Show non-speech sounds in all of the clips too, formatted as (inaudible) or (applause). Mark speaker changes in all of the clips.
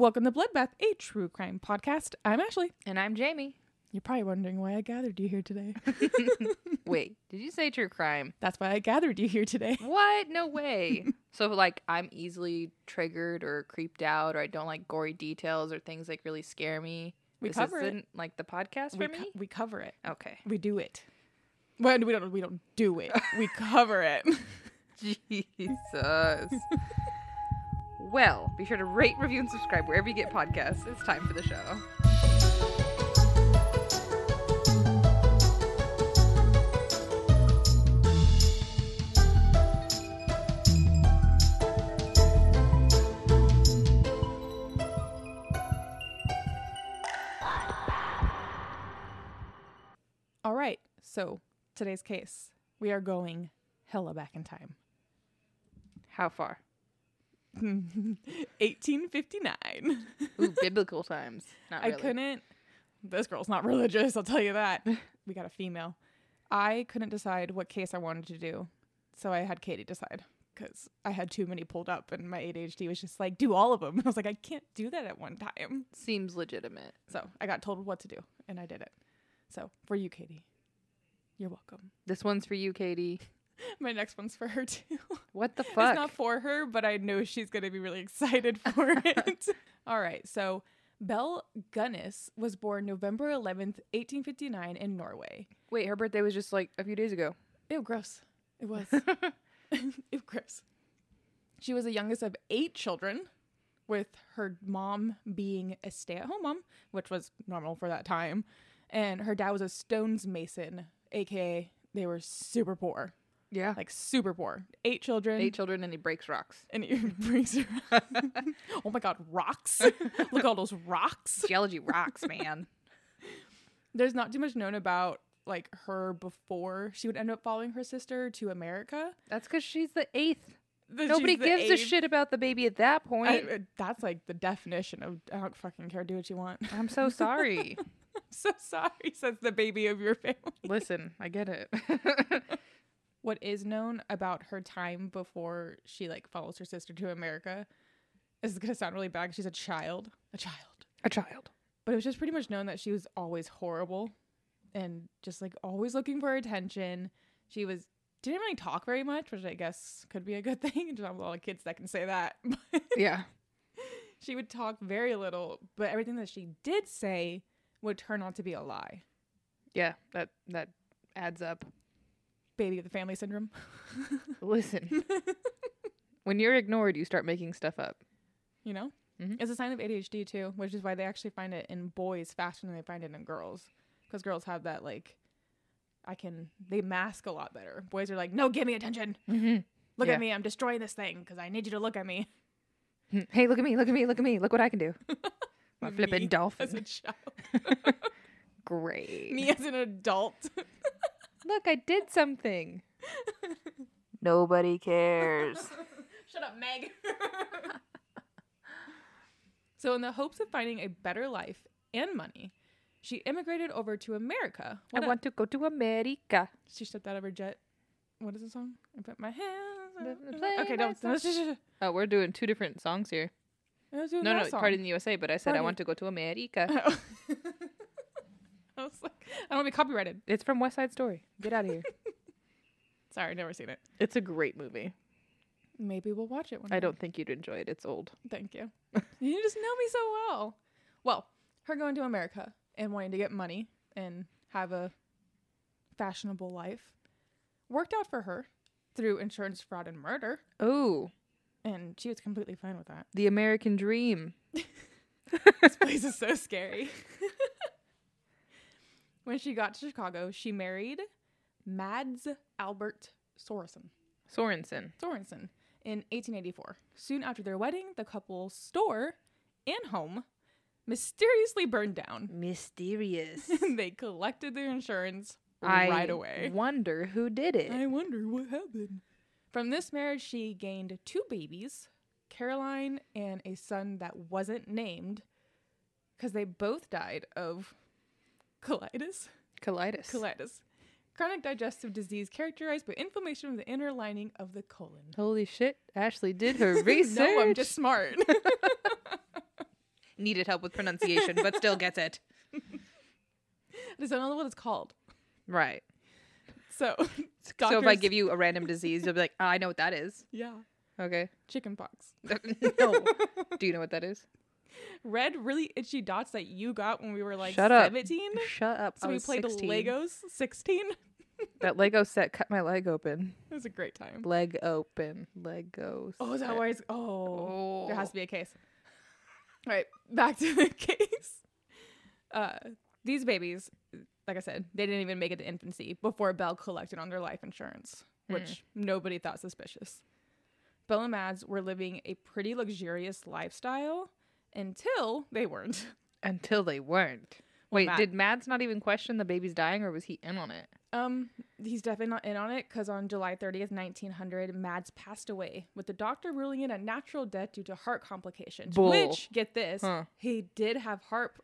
Speaker 1: Welcome to Bloodbath, a true crime podcast. I'm Ashley.
Speaker 2: And I'm Jamie.
Speaker 1: You're probably wondering why I gathered you here today.
Speaker 2: (laughs)
Speaker 1: (laughs)
Speaker 2: Wait, did you say true crime?
Speaker 1: That's why I gathered you here today.
Speaker 2: What? No way. (laughs) so, like, I'm easily triggered or creeped out, or I don't like gory details or things like really scare me.
Speaker 1: We
Speaker 2: this
Speaker 1: cover
Speaker 2: isn't
Speaker 1: it.
Speaker 2: like the podcast
Speaker 1: (laughs)
Speaker 2: for
Speaker 1: We,
Speaker 2: me.
Speaker 1: co- we cover it.
Speaker 2: okay.
Speaker 1: We do it. Well, we don't. We don't do (laughs) it. We cover it.
Speaker 2: Jesus. (laughs) well, be sure to rate, review, and subscribe wherever you get podcasts. It's time for the show.
Speaker 1: (laughs) All right. So today's case, we are going hella back in (laughs) time.
Speaker 2: How far?
Speaker 1: 1859.
Speaker 2: Ooh, (laughs) biblical times. Not
Speaker 1: I
Speaker 2: really.
Speaker 1: couldn't. This girl's not (laughs) religious, I'll tell you that. We got a female. I couldn't decide what case I wanted to do, so I had Katie decide because I had too many pulled up, and my ADHD was just like, do all of them. And (laughs) I was like, I can't do that at one time.
Speaker 2: Seems legitimate.
Speaker 1: So I got told what to do, and I did it. So for you, Katie, you're welcome. (laughs)
Speaker 2: This one's for you, Katie.
Speaker 1: My next one's for her too.
Speaker 2: What the fuck?
Speaker 1: It's not for her, but I know she's going to be really excited (laughs) for it. All right. So, Belle Gunnis was born November 11th, 1859, in Norway.
Speaker 2: Wait, her birthday was just like a few days ago.
Speaker 1: Ew, gross. It was. (laughs) Ew, gross. She was the youngest of eight children, with her mom being a stay at home mom, which was normal for that time. And her dad was a stones mason, aka they were super poor,
Speaker 2: Yeah.
Speaker 1: like super poor. Eight children.
Speaker 2: eight children and he breaks
Speaker 1: (laughs)
Speaker 2: rocks.
Speaker 1: and it brings her. (laughs) oh my god, rocks! Look at all those rocks.
Speaker 2: Geology rocks, man.
Speaker 1: There's not too much known about like her before she would end up following her sister to America.
Speaker 2: That's because she's the eighth.
Speaker 1: The- (laughs)
Speaker 2: Nobody
Speaker 1: she's the
Speaker 2: gives a
Speaker 1: eighth-
Speaker 2: shit about the baby at that
Speaker 1: I-
Speaker 2: point.
Speaker 1: uh, that's like the definition of I don't fucking care. Do what you want. (laughs)
Speaker 2: I, am so sorry.
Speaker 1: so sorry, says the baby of your family.
Speaker 2: Listen, I
Speaker 1: (laughs)
Speaker 2: get it.
Speaker 1: What is known about her time before she like follows her sister to America this is gonna sound really bad. 'cause She's a child, a child.
Speaker 2: a child.
Speaker 1: but it was just pretty much known that she was always horrible and just like always looking for attention. She was didn't really talk very much, which I guess could be a good (laughs) thing. There's not a lot of kids that can say that. (laughs) But
Speaker 2: Yeah.
Speaker 1: she would talk very little, but everything that she did say would turn out to be a lie.
Speaker 2: Yeah. That that adds up.
Speaker 1: Baby of the family syndrome. (laughs)
Speaker 2: Listen. when you're ignored, you start making stuff up.
Speaker 1: you know?
Speaker 2: Mhm.
Speaker 1: It's a sign of ADHD too, which is why they actually find it in boys faster than they find it in girls. Because girls have that like I can they mask a lot better. Boys are like, no, give me attention. Look
Speaker 2: Yeah.
Speaker 1: at me, I'm destroying this thing because I need you to look at me.
Speaker 2: (laughs) Hey, look at me, look at me, look at me, look what I can do. My
Speaker 1: (laughs) Me
Speaker 2: flippin'
Speaker 1: As a
Speaker 2: dolphin. (laughs)
Speaker 1: child.
Speaker 2: Great.
Speaker 1: me as an adult. (laughs)
Speaker 2: Look, I did something. Nobody cares.
Speaker 1: Shut up, Meg. (laughs) so in the hopes of finding a better life and money, she immigrated over to America. What
Speaker 2: I
Speaker 1: a-
Speaker 2: want to go to America.
Speaker 1: She stepped out of her jet. What is the song? I put my hands.
Speaker 2: The-
Speaker 1: up
Speaker 2: the
Speaker 1: in-
Speaker 2: play
Speaker 1: okay,
Speaker 2: my
Speaker 1: don't.
Speaker 2: song.
Speaker 1: Let's just.
Speaker 2: Oh, we're doing two different songs here.
Speaker 1: let's do
Speaker 2: No,
Speaker 1: that
Speaker 2: no,
Speaker 1: song.
Speaker 2: part
Speaker 1: (laughs)
Speaker 2: in the USA, but I said I
Speaker 1: Pardon.
Speaker 2: want to go to America.
Speaker 1: Oh. I was like, I don't want to be copyrighted.
Speaker 2: (laughs) It's from West Side Story. Get out of here.
Speaker 1: Sorry, never seen it.
Speaker 2: (laughs) it's a great movie.
Speaker 1: Maybe we'll watch it one
Speaker 2: I
Speaker 1: day.
Speaker 2: don't think you'd enjoy it. It's old.
Speaker 1: Thank you. you just know me so well. Well, her going to America and wanting to get money and have a fashionable life worked out for her through insurance fraud and murder,
Speaker 2: Oh,
Speaker 1: and she was completely fine with that. (laughs)
Speaker 2: The American Dream.
Speaker 1: This place is so scary. (laughs) when she got to Chicago, she married Mads Albert Sorensen.
Speaker 2: (laughs) Sorensen.
Speaker 1: Sorensen in 1884. Soon after their wedding, the couple's store and home mysteriously burned down.
Speaker 2: (laughs) Mysterious.
Speaker 1: (laughs) they collected their insurance
Speaker 2: I
Speaker 1: right away.
Speaker 2: wonder who did it.
Speaker 1: I wonder what happened. From this marriage, she gained two babies, Caroline and a son that wasn't named, because they both died of
Speaker 2: (laughs)
Speaker 1: colitis.
Speaker 2: Colitis.
Speaker 1: Colitis. Chronic digestive disease characterized by inflammation of the inner lining of the colon.
Speaker 2: (laughs) Holy shit. Ashley did her research.
Speaker 1: No, I'm just smart.
Speaker 2: needed help with pronunciation, but still gets it.
Speaker 1: I just don't know what it's called.
Speaker 2: (laughs) Right.
Speaker 1: So, (laughs)
Speaker 2: So if I give you a random disease, you'll be like, oh, I know what that is.
Speaker 1: yeah,
Speaker 2: Okay.
Speaker 1: chickenpox,
Speaker 2: (laughs) no. Do you know what that is?
Speaker 1: red, really itchy dots that you got when we were like
Speaker 2: Shut up.
Speaker 1: seventeen.
Speaker 2: Shut up.
Speaker 1: So
Speaker 2: I
Speaker 1: we
Speaker 2: was
Speaker 1: played
Speaker 2: 16.
Speaker 1: Legos. Sixteen. (laughs)
Speaker 2: That Lego set cut my leg open.
Speaker 1: It was a great time.
Speaker 2: Leg open. Lego.
Speaker 1: Oh, is that
Speaker 2: set.
Speaker 1: why? It's, oh,
Speaker 2: Oh.
Speaker 1: There has to be a case. All (laughs) right, back to the (laughs) case. Uh, these babies, like I said, they didn't even make it to infancy before Bell collected on their life insurance, which nobody thought suspicious. Bell and Mads were living a pretty luxurious lifestyle until they weren't.
Speaker 2: Until they weren't. Wait,
Speaker 1: Matt-
Speaker 2: did Mads not even question the baby's dying, or was he in on it?
Speaker 1: Um, he's definitely not in on it because on July 30th, 1900, Mads passed away, with the doctor ruling it a natural death due to heart complications.
Speaker 2: Bull.
Speaker 1: Which, get this,
Speaker 2: Huh.
Speaker 1: he did have heart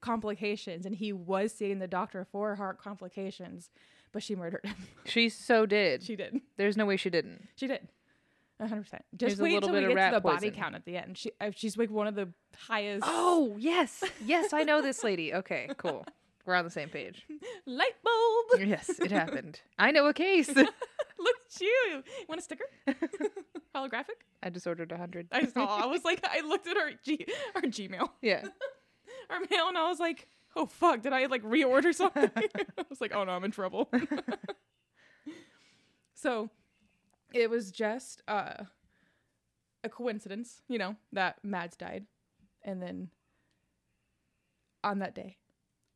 Speaker 1: complications and he was seeing the doctor for heart complications, but she murdered him. (laughs)
Speaker 2: She so did.
Speaker 1: she did.
Speaker 2: There's no way she didn't.
Speaker 1: She did. 100%. Just
Speaker 2: There's a
Speaker 1: wait
Speaker 2: little
Speaker 1: until we
Speaker 2: bit
Speaker 1: get
Speaker 2: of
Speaker 1: to
Speaker 2: rat
Speaker 1: the body
Speaker 2: poison.
Speaker 1: count at the end. She, uh, she's like one of the
Speaker 2: (gasps)
Speaker 1: highest.
Speaker 2: Oh, yes. Yes, I know this lady. Okay, cool. We're on the same page.
Speaker 1: Light bulb!
Speaker 2: (laughs) Yes, it happened. I know a case. (laughs)
Speaker 1: (laughs) Look at you! Want a sticker? Holographic?
Speaker 2: I just ordered a 100.
Speaker 1: I saw. I was like, I looked at our G, our Gmail,
Speaker 2: (laughs) Yeah.
Speaker 1: our mail, and I was like, oh fuck, did I like reorder something? (laughs) I was like, oh no, I'm in trouble. (laughs) so, it was just uh, a coincidence, you know, that Mads died, and then on that day,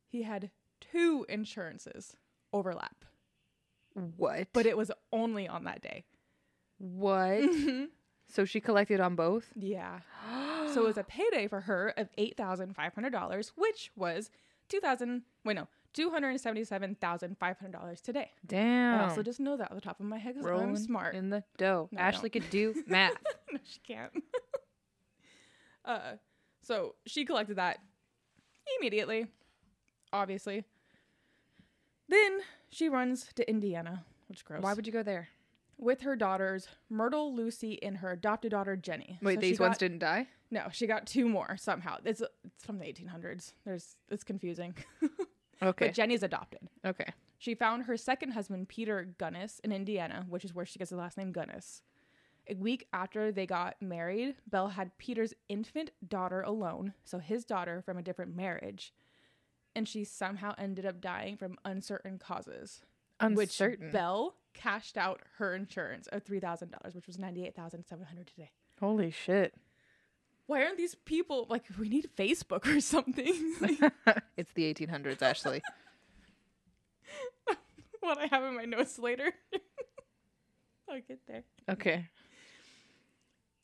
Speaker 1: he had two insurances overlap,
Speaker 2: What?
Speaker 1: but it was only on that day.
Speaker 2: What? So she collected on both? (gasps)
Speaker 1: Yeah. So it was a payday for her of eight thousand five hundred dollars, which was two thousand. Wait, no, two hundred seventy-seven thousand five hundred dollars today.
Speaker 2: Damn.
Speaker 1: I also just know that off the top of my head because
Speaker 2: Rolling
Speaker 1: I'm smart.
Speaker 2: In the dough.
Speaker 1: No, I
Speaker 2: Ashley could do math.
Speaker 1: (laughs) no, she can't. (laughs) uh, so she collected that immediately, obviously. Then she runs to Indiana, which is gross.
Speaker 2: Why would you go there?
Speaker 1: with her daughters Myrtle, Lucy, and her adopted daughter Jenny.
Speaker 2: Wait,
Speaker 1: So she
Speaker 2: these ones
Speaker 1: got-
Speaker 2: didn't die?
Speaker 1: No, she got two more somehow. It's, it's from the 1800s. There's it's confusing. (laughs)
Speaker 2: Okay.
Speaker 1: But Jenny's adopted.
Speaker 2: okay.
Speaker 1: She found her second husband Peter Gunnis in Indiana, which is where she gets the last name Gunnis. A week after they got married, Belle had Peter's infant daughter alone, so his daughter from a different marriage, and she somehow ended up dying from uncertain causes.
Speaker 2: Uncertain.
Speaker 1: Which Belle cashed out her insurance of three thousand dollars, which was ninety eight thousand seven hundred today
Speaker 2: Holy
Speaker 1: (laughs)
Speaker 2: shit.
Speaker 1: why aren't these people like we need Facebook (laughs) or something? (laughs) Like,
Speaker 2: it's the 1800s, Ashley.
Speaker 1: what I have in my notes later. (laughs) I'll get there.
Speaker 2: Okay.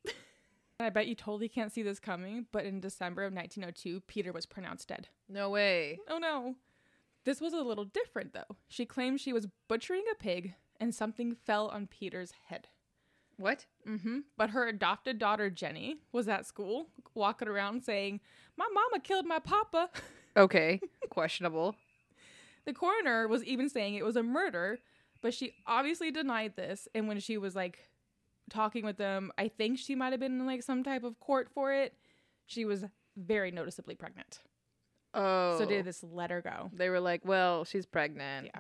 Speaker 1: And I bet you totally can't see this coming, but in December of 1902, Peter was pronounced dead.
Speaker 2: No way.
Speaker 1: Oh no. This was a little different though. She claimed she was butchering a pig and something fell on Peter's head.
Speaker 2: What?
Speaker 1: Mm-hmm. But her adopted daughter Jenny was at school walking around saying, My mama killed my papa. (laughs)
Speaker 2: Okay. Questionable.
Speaker 1: The coroner was even saying it was a murder, but she obviously denied this. And when she was like talking with them, I think she might have been in like some type of court for it. She was very noticeably pregnant. (laughs)
Speaker 2: Oh.
Speaker 1: So did this let her go.
Speaker 2: They were like, well, she's pregnant.
Speaker 1: Yeah.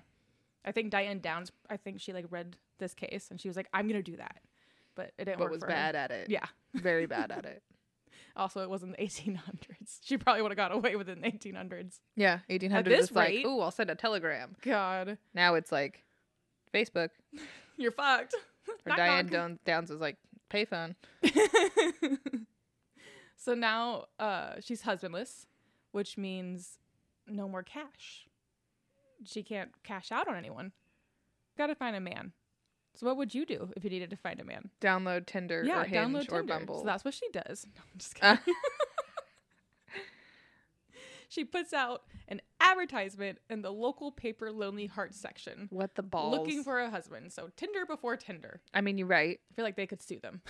Speaker 1: I think Diane Downs, I think she like read this case and she was like, I'm going to do that. But it didn't
Speaker 2: But
Speaker 1: work
Speaker 2: was
Speaker 1: for
Speaker 2: bad
Speaker 1: her.
Speaker 2: at it.
Speaker 1: Yeah. (laughs)
Speaker 2: Very bad at it.
Speaker 1: Also, it was in the 1800s. She probably would have got away with it in the 1800s.
Speaker 2: Yeah. 1800s.
Speaker 1: this
Speaker 2: it's like,
Speaker 1: rate-
Speaker 2: ooh, I'll send a telegram.
Speaker 1: God,
Speaker 2: Now it's like Facebook.
Speaker 1: you're fucked.
Speaker 2: Or
Speaker 1: Knock,
Speaker 2: Diane
Speaker 1: knock.
Speaker 2: Down- Downs was like, payphone.
Speaker 1: (laughs) so now uh, she's husbandless, which means no more cash. She can't cash out on anyone. Got to find a man. So what would you do if you needed to find a man?
Speaker 2: Download Tinder or Hinge or Bumble.
Speaker 1: So that's what she does. (laughs) No, I'm just
Speaker 2: Uh.
Speaker 1: kidding. she puts out an advertisement in the local paper Lonely Hearts section,
Speaker 2: what the balls?
Speaker 1: looking for a husband. So Tinder before Tinder.
Speaker 2: I mean, you're (laughs) right.
Speaker 1: I feel like they could sue them.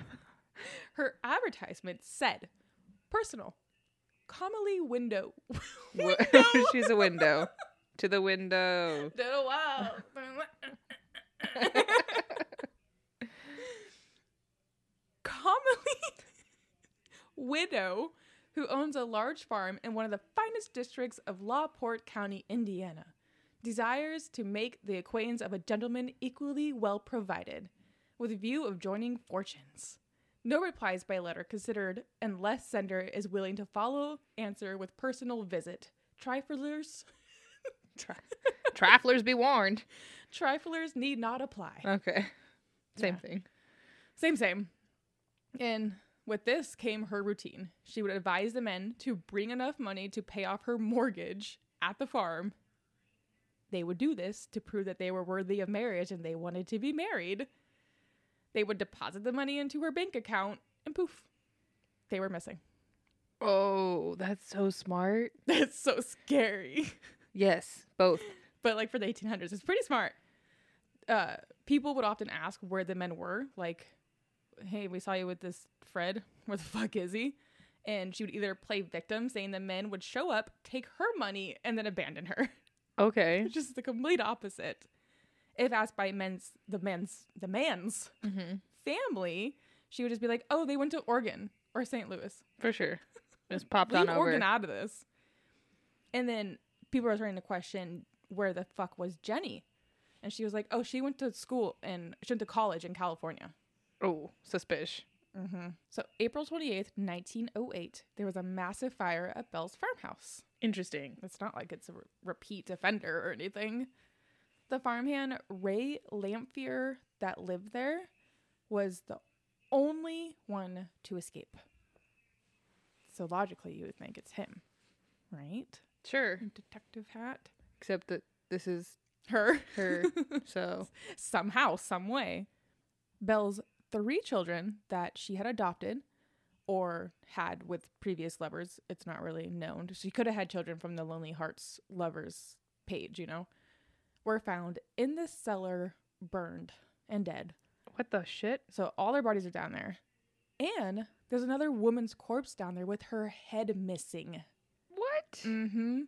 Speaker 1: (laughs) Her advertisement said, personal, commonly window. (laughs)
Speaker 2: Wha- (laughs) She's a window. to the window. (laughs)
Speaker 1: Oh, wow. commonly (laughs) widow who owns a large farm in one of the finest districts of LaPorte County, Indiana, desires to make the acquaintance of a gentleman equally well provided, with a view of joining fortunes. No replies by letter considered unless sender is willing to follow answer with personal visit. Triflers, (laughs)
Speaker 2: Triflers be warned.
Speaker 1: triflers need not apply.
Speaker 2: Okay. Same
Speaker 1: Yeah.
Speaker 2: thing.
Speaker 1: Same, same. And with this came her routine. She would advise the men to bring enough money to pay off her mortgage at the farm. They would do this to prove that they were worthy of marriage and they wanted to be married. They would deposit the money into her bank account and poof, they were missing. (laughs)
Speaker 2: Oh, that's so smart.
Speaker 1: That's so scary.
Speaker 2: Yes, both.
Speaker 1: but like for the 1800s it's pretty smart uh people would often ask where the men were like hey we saw you with this fred (laughs) where the fuck is he and she would either play victim saying the men would show up take her money and then abandon her (laughs)
Speaker 2: Okay.
Speaker 1: It's just the complete opposite if asked by men's the men's the man's
Speaker 2: Mm-hmm.
Speaker 1: family she would just be like oh they went to oregon or st louis
Speaker 2: For sure. (laughs) Just popped
Speaker 1: Leave
Speaker 2: on over.
Speaker 1: Oregon out of this. And then people are starting to question where the fuck was Jenny? And she was like, oh, she went to school and she went to college in California.
Speaker 2: Oh, suspicious.
Speaker 1: Mm-hmm. So April 28th, 1908, there was a massive fire at Bell's farmhouse.
Speaker 2: Interesting.
Speaker 1: It's not like it's a re- repeat offender or anything. The farmhand Ray Lamphere that lived there was the only one to escape. So logically, you would think it's him, right?
Speaker 2: Sure.
Speaker 1: Detective hat.
Speaker 2: Except that this is
Speaker 1: Her. (laughs)
Speaker 2: (laughs) her. so
Speaker 1: Somehow, some way. Belle's three children that she had adopted or had with previous lovers, it's not really known. She could have had children from the Lonely Hearts lovers page, you know, were found in the cellar, burned and dead.
Speaker 2: what the shit?
Speaker 1: So all their bodies are down there. And there's another woman's corpse down there with her head missing.
Speaker 2: What?
Speaker 1: Mm-hmm.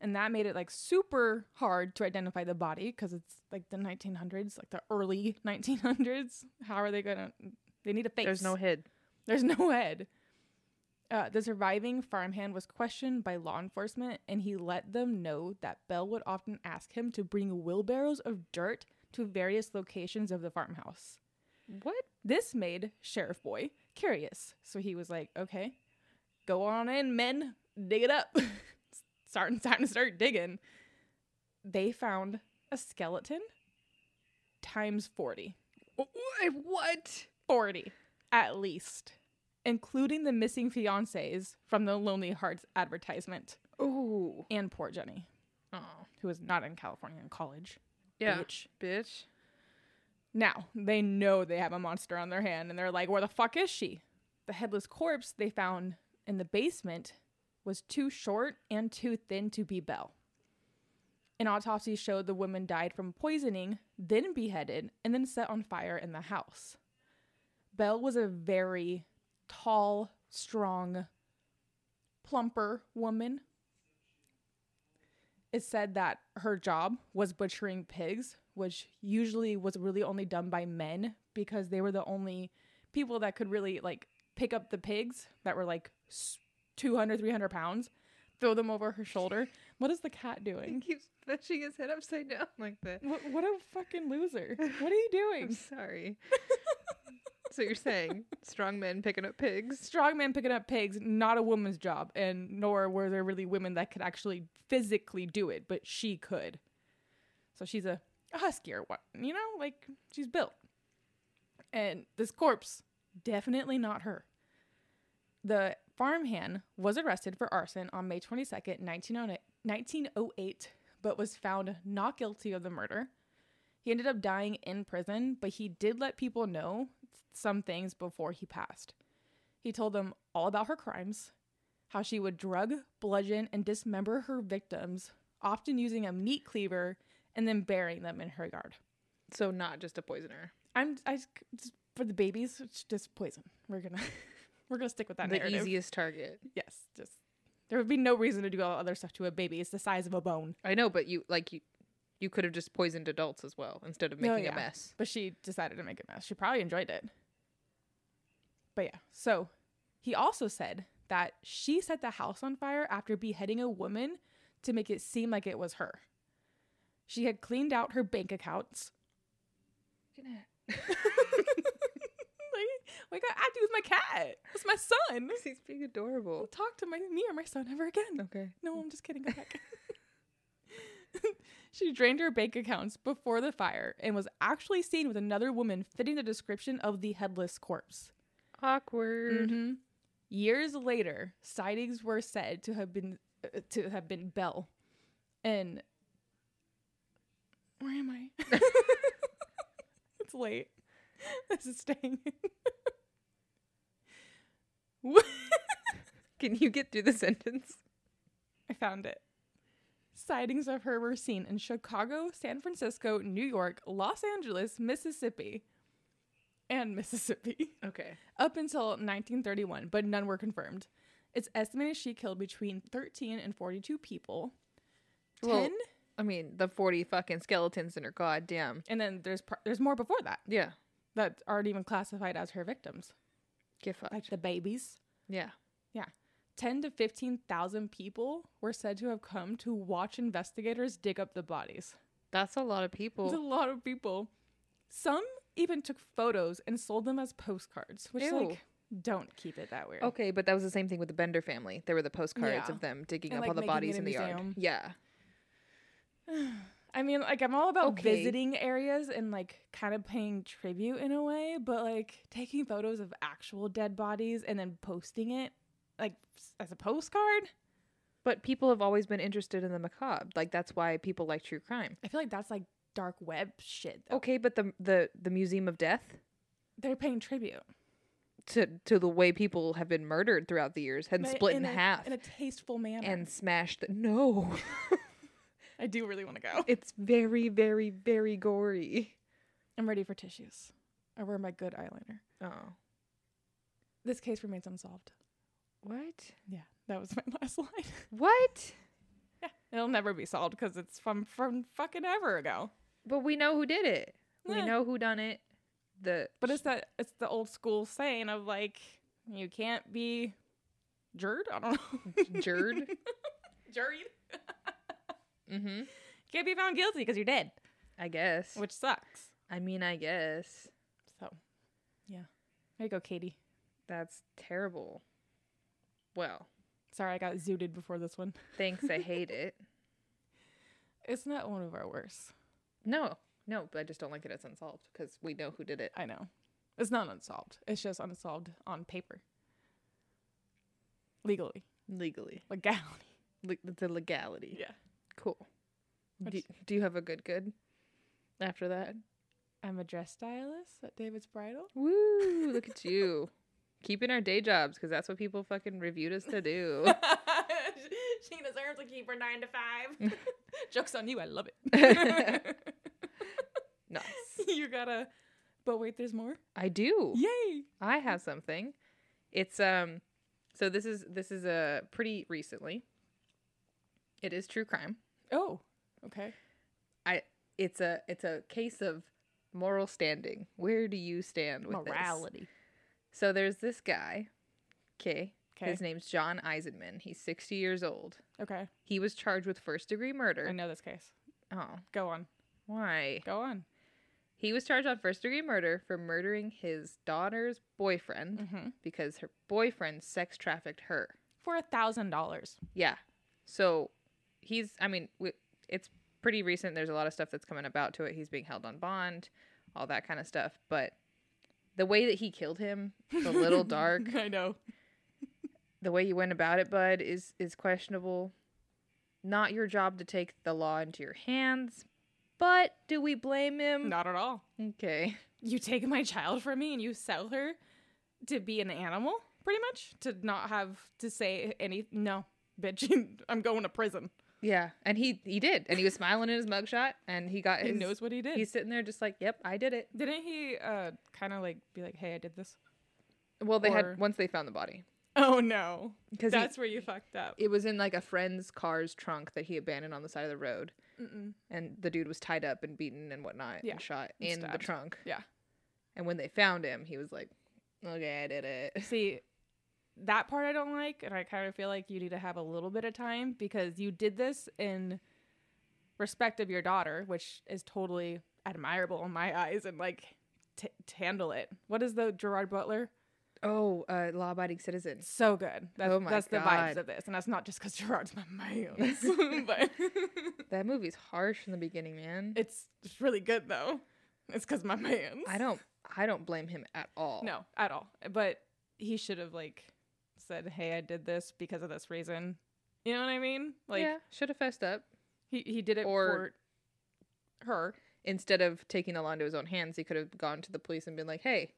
Speaker 1: And that made it like super hard to identify the body because it's like the 1900s, like the early (laughs) 1900s. How are they gonna? They need a face. (laughs)
Speaker 2: There's no head.
Speaker 1: There's no head. Uh, the surviving farmhand was questioned by law enforcement, and he let them know that Bell would often ask him to bring wheelbarrows of dirt to various locations of the farmhouse.
Speaker 2: What?
Speaker 1: This made Sheriff Boy curious. So he was like, okay, go on in, men, dig it up. (laughs) Starting time to start digging. They found a skeleton times 40.
Speaker 2: Oh, What?
Speaker 1: 40 at least, including the missing fiancés from the Lonely Hearts advertisement
Speaker 2: Oh.
Speaker 1: and poor Jenny,
Speaker 2: Oh.
Speaker 1: who was not in California in college.
Speaker 2: Yeah.
Speaker 1: Bitch.
Speaker 2: Bitch.
Speaker 1: Now, they know they have a monster on their hand and they're like, where the fuck is she? The headless corpse they found in the basement was too short and too thin to be Belle. An autopsy showed the woman died from poisoning, then beheaded, and then set on fire in the house. Belle was a very tall, strong, plumper woman. It said that her job was butchering pigs, which usually was really only done by men because they were the only people that could really like pick up the pigs that were like s- 200, 300 pounds, throw them over her shoulder. What is the cat doing?
Speaker 2: keeps fetching his head upside down like that.
Speaker 1: What, what a fucking loser. What are you
Speaker 2: (laughs)
Speaker 1: doing?
Speaker 2: sorry. so you're saying strong men picking up pigs?
Speaker 1: Strong man picking up pigs, not a woman's job, and nor were there really women that could actually physically do it, but she could. So she's a, a huskier one, you know, like she's built. And this corpse, definitely not her. The farmhand was arrested for arson on May oh 22nd, 1908, 1908, but was found not guilty of the murder. He ended up dying in prison, but he did let people know some things before he passed. He told them all about her crimes, how she would drug, bludgeon, and dismember her victims, often using a meat cleaver and then burying them in her yard.
Speaker 2: So not just a poisoner.
Speaker 1: I'm I just- for the babies, it's just poison. We're gonna (laughs) we're gonna stick with that
Speaker 2: the
Speaker 1: narrative.
Speaker 2: easiest target.
Speaker 1: Yes, just there would be no reason to do all other stuff to a baby. It's the size of a bone.
Speaker 2: I know, but you like you you could have just poisoned adults as well instead of
Speaker 1: No,
Speaker 2: making
Speaker 1: yeah.
Speaker 2: a mess.
Speaker 1: But she decided to make a mess. She probably enjoyed it. But yeah, so he also said that she set the house on fire after beheading a woman to make it seem like it was her. She had cleaned out her bank accounts. (laughs)
Speaker 2: (laughs)
Speaker 1: like, like I acted with my cat. It's my son.
Speaker 2: He's being adorable.
Speaker 1: Don't talk to my me or my son ever again.
Speaker 2: Okay.
Speaker 1: No, I'm just kidding. Go back. she drained her bank accounts before the fire and was actually seen with another woman fitting the description of the headless corpse.
Speaker 2: Awkward.
Speaker 1: Mhm. Years later, sightings were said to have been uh, to have been Bell, and where am I? it's late. (laughs) This is staying. (laughs) Wh-
Speaker 2: Can you get through the sentence?
Speaker 1: I found it. Sightings of her were seen in Chicago, San Francisco, New York, Los Angeles, Mississippi, and Mississippi. (laughs)
Speaker 2: Okay.
Speaker 1: up until 1931, but none were confirmed. It's estimated she killed between 13 and 42 people. 10
Speaker 2: Well- I mean, the 40 fucking skeletons in her goddamn.
Speaker 1: and then there's pr- there's more before that
Speaker 2: Yeah.
Speaker 1: that aren't even classified as her victims,
Speaker 2: Get fucked.
Speaker 1: like the babies.
Speaker 2: yeah.
Speaker 1: 10 to 15,000 people were said to have come to watch investigators dig up the bodies.
Speaker 2: That's a lot of
Speaker 1: It's a
Speaker 2: people.
Speaker 1: lot of people. Some even took photos and sold them as postcards, which is
Speaker 2: Ew. Oh.
Speaker 1: like don't keep it that weird.
Speaker 2: Okay, but that was the same thing with the Bender family. There were the postcards
Speaker 1: Yeah.
Speaker 2: of them digging
Speaker 1: And, like,
Speaker 2: up all the
Speaker 1: making it
Speaker 2: bodies
Speaker 1: a
Speaker 2: in the yard.
Speaker 1: museum.
Speaker 2: Yeah.
Speaker 1: I mean, like I'm all about
Speaker 2: Okay.
Speaker 1: visiting areas and like kind of paying tribute in a way, but like taking photos of actual dead bodies and then posting it like s- as a postcard.
Speaker 2: But people have always been interested in the macabre. Like that's why people like true crime.
Speaker 1: I feel like that's like dark web shit. Though.
Speaker 2: Okay, but the the the Museum of Death
Speaker 1: They're paying tribute.
Speaker 2: to to the way people have been murdered throughout the years had
Speaker 1: But
Speaker 2: split in,
Speaker 1: a-
Speaker 2: half
Speaker 1: in a tasteful manner.
Speaker 2: and smashed. No, (laughs)
Speaker 1: I do really want to go.
Speaker 2: it's very very very gory.
Speaker 1: I'm ready for tissues. I wear my good eyeliner.
Speaker 2: Oh,
Speaker 1: This case remains unsolved.
Speaker 2: what?
Speaker 1: Yeah, that was my (laughs) last line.
Speaker 2: What?
Speaker 1: It'll never be solved because it's from from fucking ever ago.
Speaker 2: But we know who did it. We
Speaker 1: Yeah.
Speaker 2: know who done it. The
Speaker 1: But it's that it's the old school saying of like you can't be jured. I don't know. (laughs)
Speaker 2: Jerd.
Speaker 1: Juried.
Speaker 2: mm-hmm.
Speaker 1: Can't be found guilty because you're dead,
Speaker 2: I guess.
Speaker 1: which sucks.
Speaker 2: I mean, I guess
Speaker 1: So, yeah. There you go, Katie.
Speaker 2: that's terrible. Well,
Speaker 1: Sorry, I got zooted before this one.
Speaker 2: thanks. I hate it.
Speaker 1: It's not one of our worst.
Speaker 2: No, no, but I just don't like that it's unsolved because we know who did it.
Speaker 1: I know. It's not unsolved. It's just unsolved on paper. Legally.
Speaker 2: Legally,
Speaker 1: Legality.
Speaker 2: Le- the legality.
Speaker 1: Yeah.
Speaker 2: Cool. Do,
Speaker 1: What's-
Speaker 2: do you have a good good after that?
Speaker 1: I'm a dress stylist at David's Bridal.
Speaker 2: Woo! Look at you, keeping our day jobs because that's what people fucking reviewed us to do.
Speaker 1: (laughs) she deserves to keep her nine to five. (laughs) Joke's on you. I love (laughs) it.
Speaker 2: nice.
Speaker 1: you gotta. But wait, there's more.
Speaker 2: I do.
Speaker 1: Yay!
Speaker 2: I have something. It's um so this is this is a uh, pretty recently. It is true crime.
Speaker 1: Oh, okay.
Speaker 2: I it's a it's a case of moral standing. Where do you stand with this? So there's this guy, okay.
Speaker 1: Okay.
Speaker 2: His name's John Eisenman. He's 60 years old.
Speaker 1: Okay.
Speaker 2: He was charged with first degree murder.
Speaker 1: I know this case.
Speaker 2: Oh,
Speaker 1: Go on.
Speaker 2: why?
Speaker 1: Go on.
Speaker 2: He was charged on first degree murder for murdering his daughter's boyfriend
Speaker 1: Mm-hmm.
Speaker 2: because her boyfriend sex trafficked her.
Speaker 1: For a thousand dollars.
Speaker 2: Yeah. So he's, I mean, we, it's pretty recent. There's a lot of stuff that's coming about to it. He's being held on bond, all that kind of stuff. But the way that he killed him,
Speaker 1: (laughs)
Speaker 2: the little dark,
Speaker 1: I know.
Speaker 2: the way you went about it, bud, is is questionable. Not your job to take the law into your hands. But do we blame him?
Speaker 1: Not at all.
Speaker 2: Okay.
Speaker 1: You take my child from me and you sell her to be an animal, pretty much, to not have to say any. No, bitch, (laughs) I'm going to prison.
Speaker 2: Yeah, and he he did, and he was smiling in his mugshot, and he got
Speaker 1: He
Speaker 2: his.
Speaker 1: knows what he did.
Speaker 2: He's sitting there just like, "Yep, I did it."
Speaker 1: Didn't he uh kind of like be like, "Hey, I did this."
Speaker 2: Well, they
Speaker 1: Or-
Speaker 2: had once they found the body
Speaker 1: (laughs) Oh no,
Speaker 2: because
Speaker 1: that's where you fucked up.
Speaker 2: it was in like a friend's car's trunk that he abandoned on the side of the road
Speaker 1: Mm-mm.
Speaker 2: and the dude was tied up and beaten and whatnot
Speaker 1: Yeah,
Speaker 2: and shot
Speaker 1: and
Speaker 2: in the
Speaker 1: stabbed.
Speaker 2: trunk
Speaker 1: Yeah.
Speaker 2: and when they found him he was like okay i did it (laughs)
Speaker 1: See, that part I don't like, and I kind of feel like you need to have a little bit of time because you did this in respect of your daughter, which is totally admirable in my eyes, and like t- to handle it. What is the Gerard Butler?
Speaker 2: Oh, uh,
Speaker 1: (laughs)
Speaker 2: law-abiding citizens.
Speaker 1: So good. That's,
Speaker 2: Oh my
Speaker 1: that's the vibes
Speaker 2: God.
Speaker 1: of this, and that's not just because Gerard's (laughs) my man, but (laughs)
Speaker 2: That movie's harsh in the beginning, man.
Speaker 1: it's it's really good though. It's because my man.
Speaker 2: I don't. I don't blame him at all.
Speaker 1: No, at all. But he should have like said, "Hey, I did this because of this reason." You know what I mean? Like
Speaker 2: yeah, should have fessed up
Speaker 1: he he did it
Speaker 2: Or-
Speaker 1: for her.
Speaker 2: instead of taking the law into his own hands. He could have gone to the police and been like, "Hey,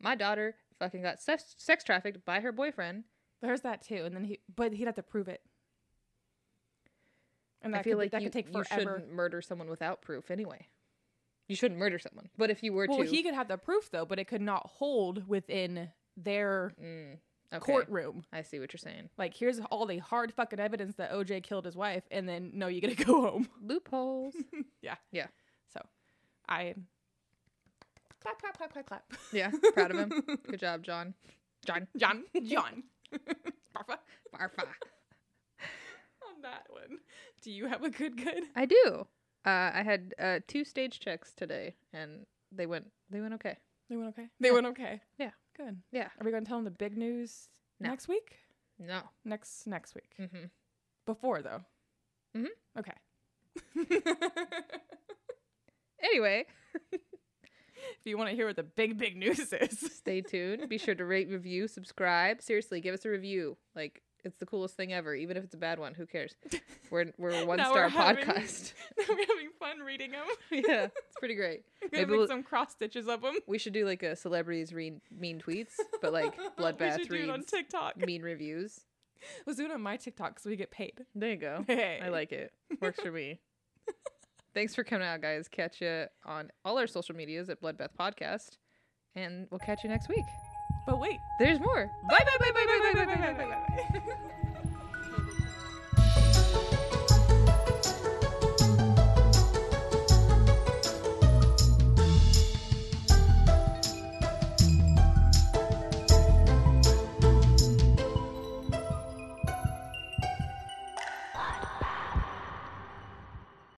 Speaker 2: my daughter fucking got sex, sex trafficked by her boyfriend."
Speaker 1: There's that too, and then he but he'd have to prove it. And that
Speaker 2: I feel
Speaker 1: could, be-
Speaker 2: like
Speaker 1: that
Speaker 2: you,
Speaker 1: could take
Speaker 2: you
Speaker 1: forever.
Speaker 2: shouldn't murder someone without proof anyway. You shouldn't murder someone, but if you were
Speaker 1: Well,
Speaker 2: to,
Speaker 1: he could have the proof though, but it could not hold within their
Speaker 2: Mm, okay.
Speaker 1: courtroom.
Speaker 2: I see what you're saying.
Speaker 1: Like, here's all the hard fucking evidence that OJ killed his wife, and then no, you gotta (laughs) go home.
Speaker 2: Loopholes.
Speaker 1: So, I clap, clap, clap, clap, clap.
Speaker 2: (laughs) (laughs) yeah, proud of him. Good job, John. John.
Speaker 1: (laughs) John. John. Barfa.
Speaker 2: Barfa.
Speaker 1: On that one. Do you have a good good?
Speaker 2: I do. Uh, I had uh, two stage checks today, and they went they went okay.
Speaker 1: They went okay. They went okay.
Speaker 2: Yeah.
Speaker 1: Good.
Speaker 2: Yeah.
Speaker 1: Are we gonna tell them the big news
Speaker 2: No.
Speaker 1: next week?
Speaker 2: No.
Speaker 1: Next next week.
Speaker 2: hmm
Speaker 1: Before though.
Speaker 2: Mhm.
Speaker 1: Okay.
Speaker 2: Anyway,
Speaker 1: (laughs) if you want to hear what the big big news is. (laughs)
Speaker 2: stay tuned. Be sure to rate, review, subscribe. Seriously, give us a review. Like it's the coolest thing ever, even if it's a bad one. Who cares? We're (laughs) we're a one
Speaker 1: Now
Speaker 2: star
Speaker 1: we're having-
Speaker 2: (laughs) podcast.
Speaker 1: We're having fun reading them.
Speaker 2: yeah, it's pretty great.
Speaker 1: Gonna
Speaker 2: Maybe
Speaker 1: make
Speaker 2: we'll-
Speaker 1: some cross stitches of them.
Speaker 2: We should do like a celebrities read mean tweets,
Speaker 1: (laughs)
Speaker 2: but like
Speaker 1: we
Speaker 2: bloodbath
Speaker 1: should do it on
Speaker 2: reads
Speaker 1: TikTok.
Speaker 2: mean reviews.
Speaker 1: Let's do it on my TikTok so we get paid.
Speaker 2: There you go.
Speaker 1: Hey.
Speaker 2: I like it. Works for me. Thanks for coming out, guys. Catch you on all our social medias at Bloodbath Podcast, and we'll catch you next week.
Speaker 1: But wait.
Speaker 2: There's more.
Speaker 1: Bye bye bye bye bye bye bye bye bye bye. bye.